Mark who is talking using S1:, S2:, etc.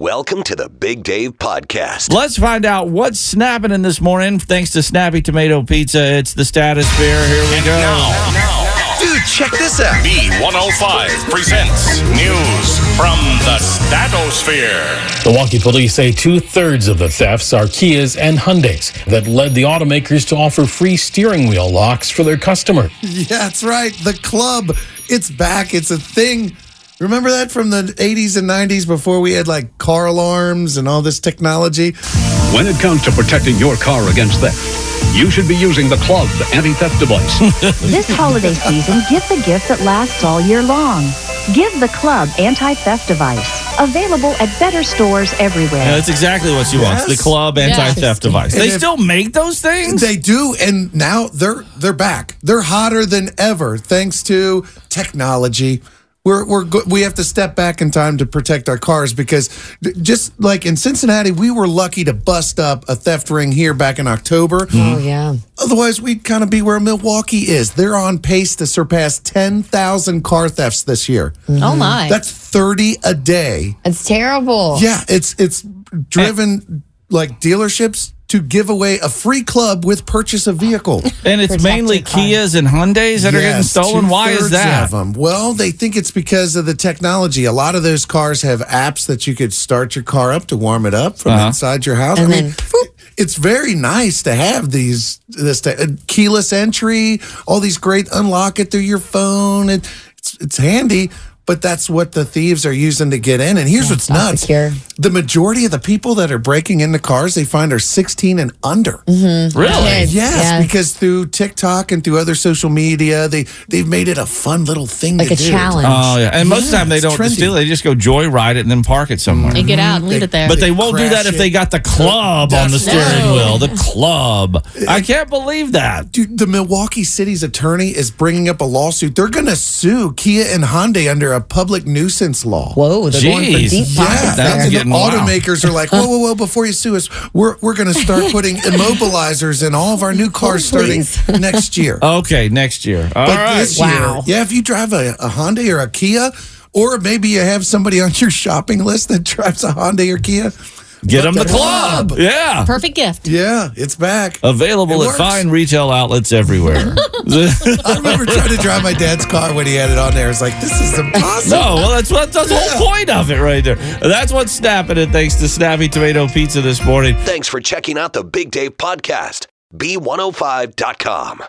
S1: Welcome to the Big Dave Podcast.
S2: Let's find out what's snapping in this morning. Thanks to Snappy Tomato Pizza, it's the status fair. Here we go.
S1: Dude, check this out.
S3: B105 presents news from the Stratosphere.
S4: Milwaukee police say two thirds of the thefts are Kias and Hyundais that led the automakers to offer free steering wheel locks for their customers.
S5: Yeah, that's right. The club. It's back. It's a thing. Remember that from the 80s and 90s before we had like car alarms and all this technology?
S6: When it comes to protecting your car against theft, you should be using the Club anti-theft device.
S7: This holiday season, give the gift that lasts all year long. Give the club anti-theft device. Available at better stores everywhere.
S2: Yeah, that's exactly what she wants. The
S5: Yes.
S2: club anti-theft device.
S5: And
S2: They
S5: if-
S2: still make those things?
S5: They do and now they're they're back. They're hotter than ever thanks to technology. We're, we're go- we have to step back in time to protect our cars because d- just like in Cincinnati, we were lucky to bust up a theft ring here back in October.
S8: Oh yeah.
S5: Otherwise, we'd kind of be where Milwaukee is. They're on pace to surpass 10,000 car thefts this year.
S8: Oh my. That's,
S5: That's 30 a day.
S8: terrible.
S5: Yeah, it's it's driven like dealerships to give away a free club with purchase of vehicle.
S2: and it's
S8: Protect
S2: mainly
S8: your car.
S2: Kias and Hyundais that are getting
S5: Yes,
S2: stolen. Why is
S5: two-thirds
S2: that?
S5: Of them. Well, they think it's because of the technology. A lot of those cars have apps that you could start your car up to warm it up
S2: Uh-huh.
S5: from inside your house.
S8: And
S5: I mean,
S8: then,
S5: it's very nice to have these this te- uh, keyless entry, all these great unlock it through your phone. It, it's it's handy. But that's what the thieves are using to get in. And here's what's
S8: not
S5: nuts.
S8: secure.
S5: The majority of the people that are breaking into cars they find are 16 and under.
S8: Mm-hmm.
S2: Really?
S8: Kids.
S5: Yes,
S8: Yeah.
S5: because through TikTok and through other social media, they they've made it a fun little thing
S8: like
S5: to
S8: a
S5: do.
S8: challenge.
S2: Oh, yeah. And most of the
S5: Yeah,
S2: time they
S5: it's
S2: don't
S5: trendy.
S2: steal it. They just go joyride it and then park it somewhere.
S9: They get out and leave it there.
S2: But they won't do that
S5: crash
S2: if they
S5: it.
S2: got the club on the steering wheel. The club. I can't believe that.
S5: Dude, the Milwaukee City's attorney is bringing up a lawsuit. They're going to sue Kia and Hyundai under a public nuisance law.
S8: Whoa, they're going for
S2: Jeez.
S8: deep
S5: Yeah,
S8: pockets
S2: that's
S8: there.
S5: and the
S2: getting wild.
S5: automakers are like, whoa, whoa, whoa! Before you sue us, we're we're going to start putting immobilizers in all of our new cars starting next year.
S2: Okay, next year. Oh, All
S5: But
S2: right.
S5: this year, yeah, if you drive a, a Hyundai or a Kia, or maybe you have somebody on your shopping list that drives a Hyundai or Kia,
S2: Get them the
S5: the
S2: club.
S5: club.
S2: Yeah.
S9: Perfect gift.
S5: yeah, it's back.
S2: Available
S5: It
S2: at
S5: works.
S2: fine retail outlets everywhere. no,
S5: I remember trying to drive my dad's car when he had it on there. It's like this is impossible.
S2: well, that's what that's the whole point of it right there. That's what's snapping it thanks to Snappy Tomato Pizza this morning.
S1: oh Thanks for checking out the Big Dave Podcast. B105.com.